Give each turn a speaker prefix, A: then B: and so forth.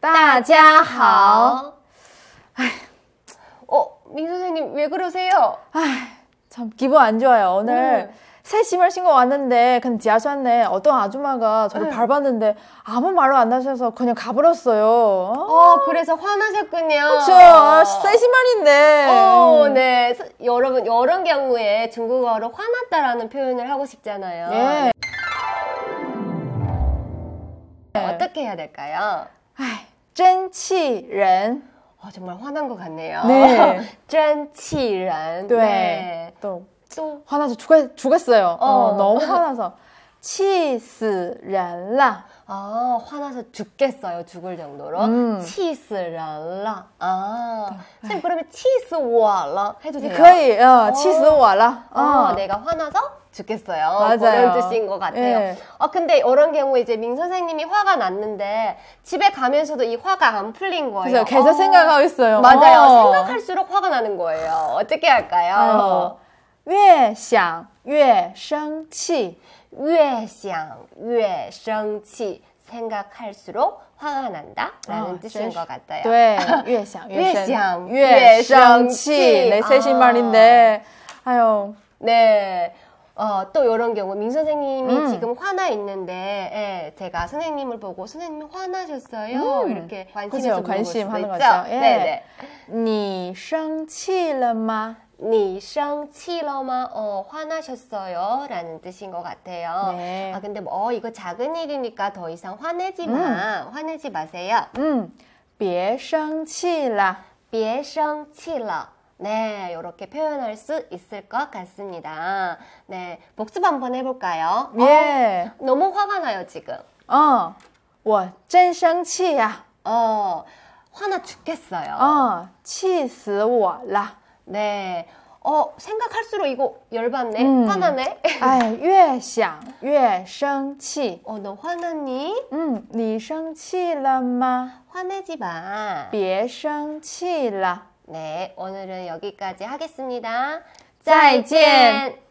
A: 다자 하오.
B: 어, 민 선생님 왜 그러세요?
C: 아. 참 기분 안
B: 네.
C: 좋아요. 오늘 새 신발 신고 왔는데 근데 지하철 안에 어떤
B: 네.
C: 아줌마가 저를 밟았는데 아무 말도 안 하셔서 그냥 가버렸어요.
B: 어, 그래서 화나셨군요.
C: 그쵸? 아, 새 신발인데. 음.
B: 어, 네. 서- 여러분, 이런 경우에 중국어로 화났다라는 표현을 하고 싶잖아요.
C: 예.
B: 네, 어떻게 해야 될까요?
C: 真气人.
B: 어, 정말 화난 것 같네요.
C: 네.
B: 짠치란.
C: 네.
B: 네.
C: 또
B: 또,
C: 화나서 죽, 죽었어요. 어,
B: 어.
C: 너무 화나서. 气死人了.
B: 아, 화나서 죽겠어요. 죽을 정도로.
C: 음. 네.
B: 치스란라. 아. 선생님, 그러면 치스와라 해도 돼요?
C: 可以, 어, 气死我了.
B: 어, 내가 화나서 죽겠어요.
C: 맞아요.
B: 그런 뜻인 것 같아요.
C: 예.
B: 아, 근데 이런 경우에 이제 민 선생님이 화가 났는데 집에 가면서도 이 화가 안 풀린 거예요.
C: 그래서 계속
B: 어.
C: 생각하고 있어요.
B: 맞아요.
C: 어.
B: 생각할수록 화가 나는 거예요. 어떻게 할까요?
C: 어. 越想越生气.
B: 越想越生气 생각할수록 화가 난다라는
C: 어,
B: 뜻인
C: 제-
B: 것 같아요.
C: 네, 越想
B: 越想
C: 越生气.哦哎 네, 새
B: 아.
C: 신발인데. 아유,
B: 네. 어, 또 이런 경우, 민 선생님이
C: 음.
B: 지금 화나 있는데, 예, 제가 선생님을 보고, 선생님 화나셨어요?
C: 음.
B: 이렇게 관심에서
C: 그죠, 관심하는
B: 물어볼 수도
C: 거죠.
B: 있죠.
C: 예.
B: 네네.
C: 你生气了吗?
B: 你生气了吗? 어, 화나셨어요? 라는 뜻인 것 같아요.
C: 네.
B: 아, 근데 뭐, 어, 이거 작은 일이니까 더 이상 화내지
C: 음.
B: 마. 화내지 마세요.
C: 嗯,别生气了.
B: 别生气了. 네, 이렇게 표현할 수 있을 것 같습니다. 네, 복습 한번 해볼까요?
C: 哦 예.
B: 어, 너무 화가 나요, 지금.
C: 어. 哦我真生气呀.
B: 어, 화나 죽겠어요.
C: 哦 어, 气死我了.
B: 네. 어, 생각할수록 이거 열받네.
C: 음.
B: 화나네.
C: 哎,越想越生气.
B: 어, 너 화났니?
C: 嗯,你生气了吗?
B: 화내지 마.
C: 别生气了.
B: 네, 오늘은 여기까지 하겠습니다.
C: 再见